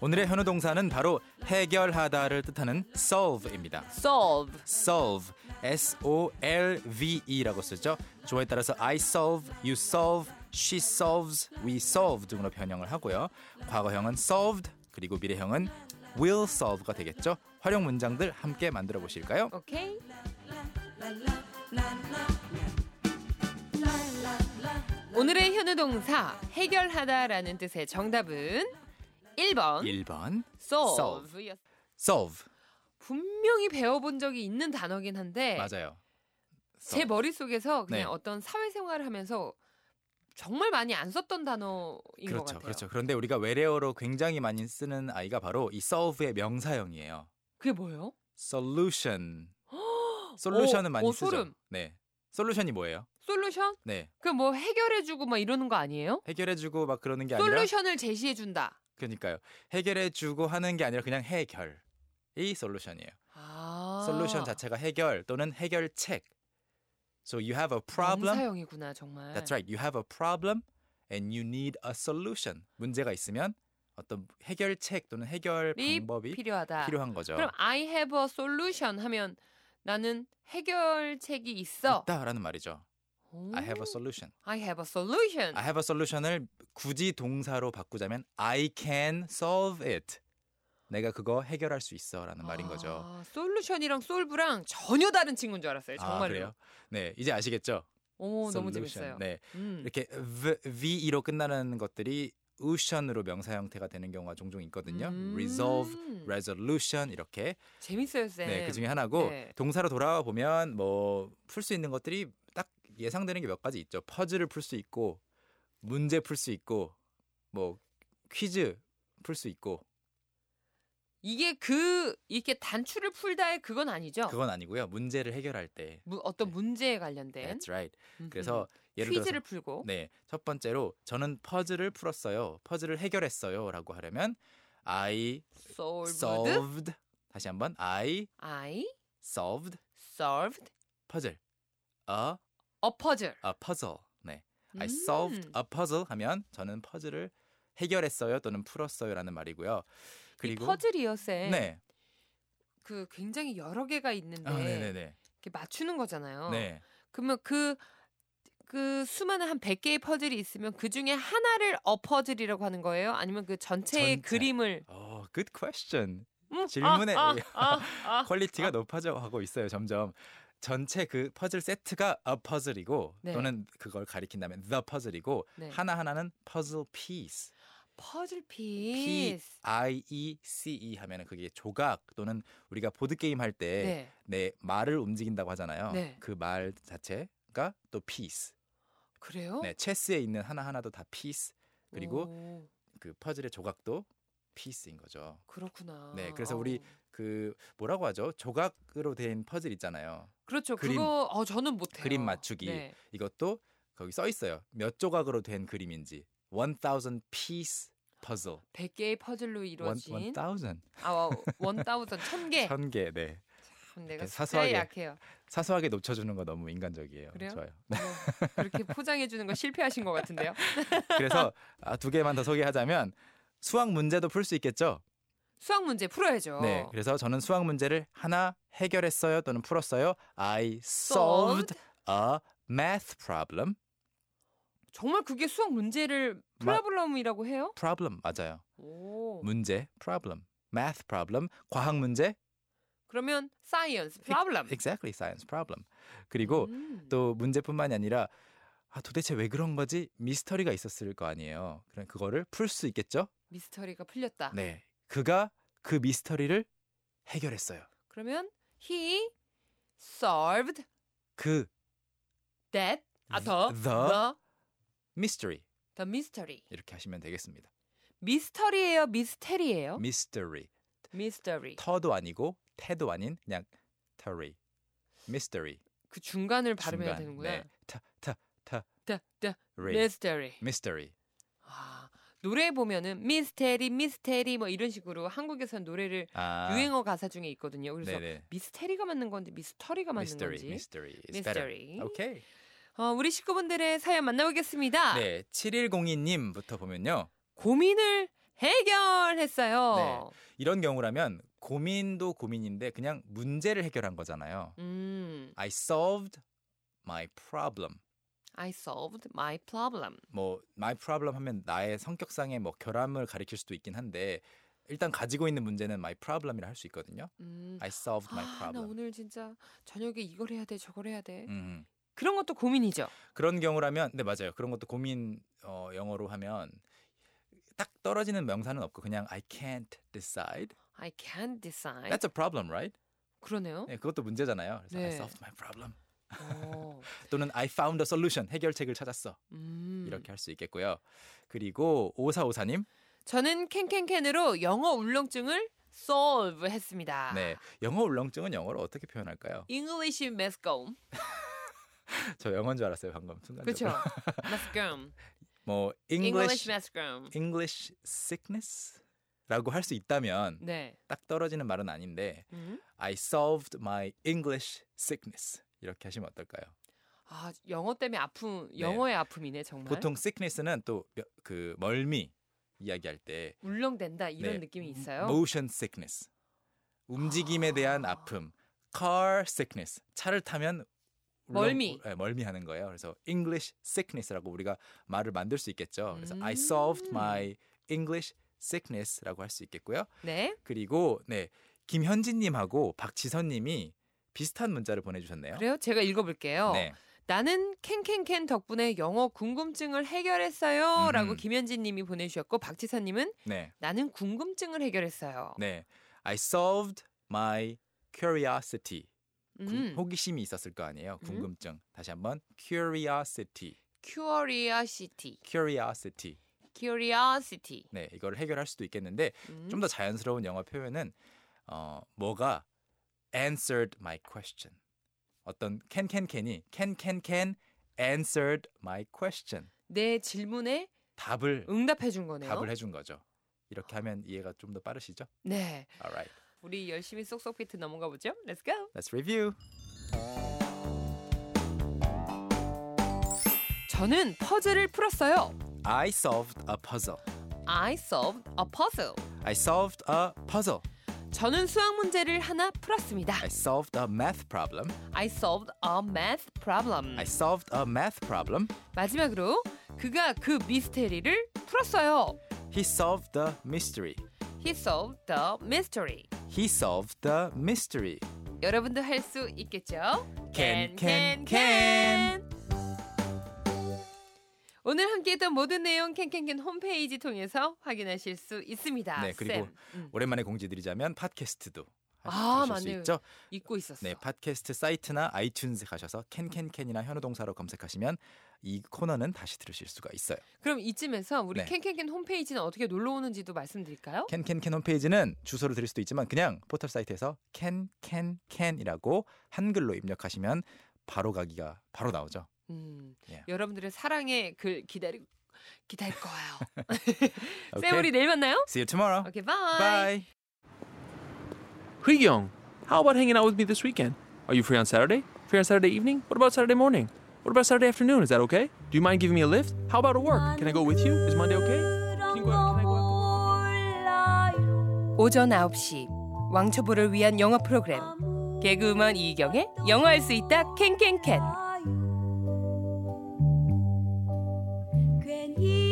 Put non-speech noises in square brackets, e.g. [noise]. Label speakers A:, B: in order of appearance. A: 오늘의 현우 동사는 바로 해결하다를 뜻하는 solve입니다.
B: solve.
A: solve, s o l v e라고 쓰죠. 조에 따라서 I solve, you solve, she solves, we solve 등으로 변형을 하고요. 과거형은 solved 그리고 미래형은 will solve가 되겠죠. 활용 문장들 함께 만들어 보실까요?
B: 오케이. 오늘의 현우 동사 해결하다라는 뜻의 정답은 1번
A: 1번
B: solve. 였
A: 예, solve
B: 분명히 배워본 적이 있는 단어긴 한데
A: 맞아요.
B: 제 머릿속에서 그냥
A: 네.
B: 어떤 사회생활을 하면서 정말 많이 안 썼던 단어인 것
A: 그렇죠,
B: 같아요.
A: 그렇죠. 그런데 우리가 외래어로 굉장히 많이 쓰는 아이가 바로 이 solve의 명사형이에요.
B: 그게 뭐예요? [gasps]
A: solution. 솔루션은 많이
B: 오,
A: 쓰죠.
B: 소름.
A: 네. 솔루션이 뭐예요?
B: 솔루션?
A: 네.
B: 그 뭐 해결해주고 막 이러는 거 아니에요?
A: 해결해주고 막 그러는 게 아니라
B: 솔루션을 제시해준다.
A: 그러니까요. 해결해주고 하는 게 아니라 그냥 해결이 솔루션이에요.
B: 아.
A: 솔루션 자체가 해결 또는 해결책. So you have a problem.
B: 명사형이구나 정말.
A: That's right. You have a problem and you need a solution. 문제가 있으면 어떤 해결책 또는 해결
B: 이
A: 방법이
B: 필요하다.
A: 필요한 거죠.
B: 그럼 I have a solution 하면 나는 해결책이 있어.
A: 있다라는 말이죠.
B: 오,
A: I have a solution.
B: I have a solution.
A: I have a solution을 굳이 동사로 바꾸자면 I can solve it. 내가 그거 해결할 수 있어라는 말인 거죠.
B: 아, 솔루션이랑 솔브랑 전혀 다른 친구인 줄 알았어요.
A: 아,
B: 정말로.
A: 그래요? 네, 이제 아시겠죠?
B: 오, 너무
A: Solution.
B: 재밌어요.
A: 네.
B: 음.
A: 이렇게 v, v 로 끝나는 것들이 ution으로 명사 형태가 되는 경우가 종종 있거든요.
B: 음.
A: resolve, resolution 이렇게.
B: 재밌어요, 쌤.
A: 네, 그 중에 하나고
B: 네.
A: 동사로 돌아와 보면 뭐 풀 수 있는 것들이 딱 예상되는 게 몇 가지 있죠. 퍼즐을 풀 수 있고 문제 풀 수 있고 뭐 퀴즈 풀 수 있고
B: 이게 그 이렇게 단추를 풀다의 그건 아니죠.
A: 그건 아니고요. 문제를 해결할 때.
B: 무- 어떤 문제에 관련된
A: That's right.
B: 음,
A: 네. 그래서 예를 들어서
B: 퀴즈를 풀고
A: 네. 첫 번째로 저는 퍼즐을 풀었어요. 퍼즐을 해결했어요라고 하려면 I
B: solved,
A: solved 다시 한번 I
B: I
A: solved
B: solved
A: 퍼즐 a
B: a puzzle.
A: a puzzle 네 I
B: 음.
A: solved 아, a puzzle 하면 저는 퍼즐을 해결했어요 또는 풀었어요라는 말이고요
B: 이
A: 그리고
B: 퍼즐이요, 쌤.
A: 네
B: 그 굉장히 여러 개가 있는데
A: 아, 네네네
B: 이렇게 맞추는 거잖아요.
A: 네
B: 그러면 그, 그 수많은 한 100개의 퍼즐이 있으면 그 중에 하나를 어퍼즐이라고 하는 거예요? 아니면 그 전체의
A: 전체.
B: 그림을
A: 어, good question
B: 음,
A: 질문에
B: 아, 아, 아,
A: [laughs]
B: 아.
A: 퀄리티가 높아져 가고 있어요 점점 전체 그 퍼즐 세트가 a puzzle이고
B: 네.
A: 또는 그걸 가리킨다면 the puzzle이고
B: 네.
A: 하나 하나는 puzzle piece
B: 퍼즐
A: P
B: 피스.
A: I E C E 하면은 그게 조각 또는 우리가 보드 게임 할 때 내
B: 네.
A: 말을 움직인다고 하잖아요.
B: 네.
A: 그 말 자체가 또 piece.
B: 그래요?
A: 네, 체스에 있는 하나 하나도 다 piece. 그리고
B: 어? 오,
A: 그 퍼즐의 조각도 piece인 거죠.
B: 그렇구나.
A: 네, 그래서
B: 아우.
A: 우리 그 뭐라고 하죠? 조각으로 된 퍼즐 있잖아요.
B: 그렇죠.
A: 그림.
B: 그거 어 저는 못해요.
A: 그림 맞추기.
B: 네.
A: 이것도 거기 써 있어요. 몇 조각으로 된 그림인지. 1000 piece puzzle.
B: 100개의 퍼즐로
A: 원- 1000.
B: 이루어진
A: 1000개.
B: 아, 1000,
A: [laughs]
B: 1000개.
A: 네.
B: 참, 내가
A: 이렇게
B: 숫자에
A: 사소하게.
B: 약해요.
A: 사소하게 높여주는 거 너무 인간적이에요.
B: 그래요?
A: 좋아요.
B: 어, 그렇게 포장해 주는 거 실패하신 것 같은데요.
A: 그래서 아, 두 개만 더 소개하자면 수학 문제도 풀 수 있겠죠.
B: 수학 문제 풀어야죠.
A: 네. 그래서 저는 수학 문제를 하나 해결했어요 또는 풀었어요. I solved a math problem.
B: 정말 그게 수학 문제를
A: 마-
B: 프라블럼이라고 해요?
A: problem 맞아요.
B: 오.
A: 문제 problem. math problem. 과학 문제
B: 그러면 사이언스 프라블럼.
A: exactly science problem.
B: 음.
A: 그리고 또 문제뿐만이 아니라 아 도대체 왜 그런 거지? 미스터리가 있었을 거 아니에요. 그럼 그거를 풀 수 있겠죠?
B: 미스터리가 풀렸다.
A: 네. 그가 그 미스터리를 해결했어요.
B: 그러면 he solved
A: 그
B: that 아더
A: The-
B: the, the
A: mystery
B: the mystery.
A: 이렇게 하시면 되겠습니다.
B: 미스터리예요, 미스테리예요?
A: 음, mystery
B: 미스터리.
A: 터도 아니고 태도 아닌 그냥 터리 mystery
B: 그 중간을 발음해야
A: 중간.
B: 되는구나.
A: 네. 터, 터,
B: the the
A: 리.
B: mystery.
A: mystery
B: 아, 노래 보면은 미스테리 미스테리 뭐 이런 식으로 한국에선 노래를
A: 아,
B: 유행어 가사 중에 있거든요. 그래서
A: 네네.
B: 미스테리가 맞는 건지 미스터리가 맞는
A: mystery,
B: 건지.
A: mystery is better.
B: 미스터리.
A: 오케이.
B: 어, 우리 식구분들의 사연 만나보겠습니다.
A: 네, 7102님부터 보면요.
B: 고민을
A: 네.
B: 해결했어요.
A: 이런 경우라면 고민도 고민인데 그냥 문제를 해결한 거잖아요.
B: 음,
A: I solved my problem.
B: I solved my problem.
A: 뭐 my problem 하면 나의 성격상의 뭐 결함을 가리킬 수도 있긴 한데 일단 가지고 있는 문제는 my problem이라 할 수 있거든요.
B: 음.
A: I solved my
B: 아, 나
A: problem.
B: 오늘 진짜 저녁에 이걸 해야 돼, 저걸 해야 돼.
A: 음.
B: 그런 것도 고민이죠.
A: 그런 경우라면 네 맞아요. 그런 것도 고민 어, 영어로 하면 딱 떨어지는 명사는 없고 그냥 I can't decide.
B: I can't decide.
A: That's a problem, right?
B: 그러네요.
A: 네, 그것도 문제잖아요. 그래서 I
B: 네.
A: solved my problem. [laughs]
B: 어,
A: 또는 I found a solution. 해결책을 찾았어.
B: 음.
A: 이렇게 할 수 있겠고요. 그리고 5454님.
B: 저는 캔캔캔으로 영어 울렁증을 solve 했습니다.
A: 네. 영어 울렁증은 영어로 어떻게 표현할까요?
B: English mescom.
A: 저 영어인 줄 알았어요, 방금 순간적으로.
B: [laughs] 그렇죠. mescom.
A: 뭐 English
B: English mescom.
A: English sickness라고 할 수 있다면
B: 네.
A: 딱 떨어지는 말은 아닌데
B: 음.
A: I solved my English sickness 이렇게 하시면 어떨까요?
B: 아, 영어 때문에 아픔, 영어의 아픔이네 정말.
A: 보통 sickness는 또 그 멀미 이야기할 때
B: 울렁댄다 이런
A: 네,
B: 느낌이 있어요.
A: motion sickness 움직임에 대한
B: 아.
A: 아픔 car sickness 차를 타면 울렁-
B: 멀미.
A: 네, 멀미하는 거예요. 그래서 English sickness라고 우리가 말을 만들 수 있겠죠. 그래서 I
B: 음.
A: solved my English sickness라고 할 수 있겠고요.
B: 네.
A: 그리고 네 김현진님하고 박지선님이 비슷한 문자를 보내주셨네요.
B: 그래요? 제가 읽어볼게요.
A: 네,
B: 나는 캔캔캔 덕분에 영어 궁금증을 해결했어요.
A: 음흠.
B: 라고 김현진 님이 보내주셨고, 박지선 님은
A: 네,
B: 나는 궁금증을 해결했어요.
A: 네. I solved my curiosity. 구-
B: 음.
A: 호기심이 있었을 거 아니에요. 궁금증. 다시 한번 curiosity,
B: curiosity.
A: curiosity.
B: curiosity.
A: 네, 이걸 해결할 수도 있겠는데
B: 음.
A: 좀 더 자연스러운 영어 표현은 어, 뭐가 answered my question. 어떤 can can can이 can can can answered my question.
B: 내 질문에
A: 답을
B: 응답해 준 거네요.
A: 답을 해준 거죠. 이렇게 하면 이해가 좀 더 빠르시죠?
B: 네.
A: Alright,
B: 우리 열심히 쏙쏙 비트 넘어가 보죠. Let's go.
A: let's review.
B: 저는 퍼즐을 풀었어요.
A: I solved a puzzle.
B: I solved a puzzle.
A: I solved a puzzle.
B: 저는 수학 문제를 하나 풀었습니다.
A: I solved a math problem.
B: I solved a math problem.
A: I solved a math problem.
B: 마지막으로 그가 그 미스테리를 풀었어요.
A: He solved the mystery.
B: He solved the mystery.
A: He solved the mystery.
B: 여러분도 할 수 있겠죠?
A: Can, can,
B: can. 오늘 함께했던 모든 내용 캔캔캔 홈페이지 통해서 확인하실 수 있습니다.
A: 네, 그리고
B: 쌤. 음,
A: 오랜만에 공지드리자면 팟캐스트도 하실
B: 아,
A: 수
B: 맞네요.
A: 있죠.
B: 잊고 있었어.
A: 네, 팟캐스트 사이트나 아이튠즈 가셔서 캔캔캔이나 현우 동사로 검색하시면 이 코너는 다시 들으실 수가 있어요.
B: 그럼 이쯤에서 우리
A: 네.
B: 캔캔캔 홈페이지는 어떻게 놀러 오는지도 말씀드릴까요?
A: 캔캔캔 홈페이지는 주소를 드릴 수도 있지만 그냥 포털 사이트에서 캔캔캔이라고 한글로 입력하시면 바로 가기가 바로 나오죠.
B: 음,
A: 예.
B: 여러분들의 사랑의 글 기다리 기다릴 거예요. 쌤
A: [laughs] Okay.
B: 우리 내일 만나요?
A: See you tomorrow.
B: 오케이
A: Bye.
C: Young, how about hanging out with me this weekend? Are you free on Saturday? Free on Saturday evening? What about Saturday morning? What about Saturday afternoon? Is that okay? Do you mind giving me a lift? How about at work? Can I go with you? Is Monday okay? Can you go out? Can I go out?
B: 오전 9시 왕초보를 위한 영어 프로그램 개그우먼 이경의 영어할 수 있다 캔캔캔
D: 괜히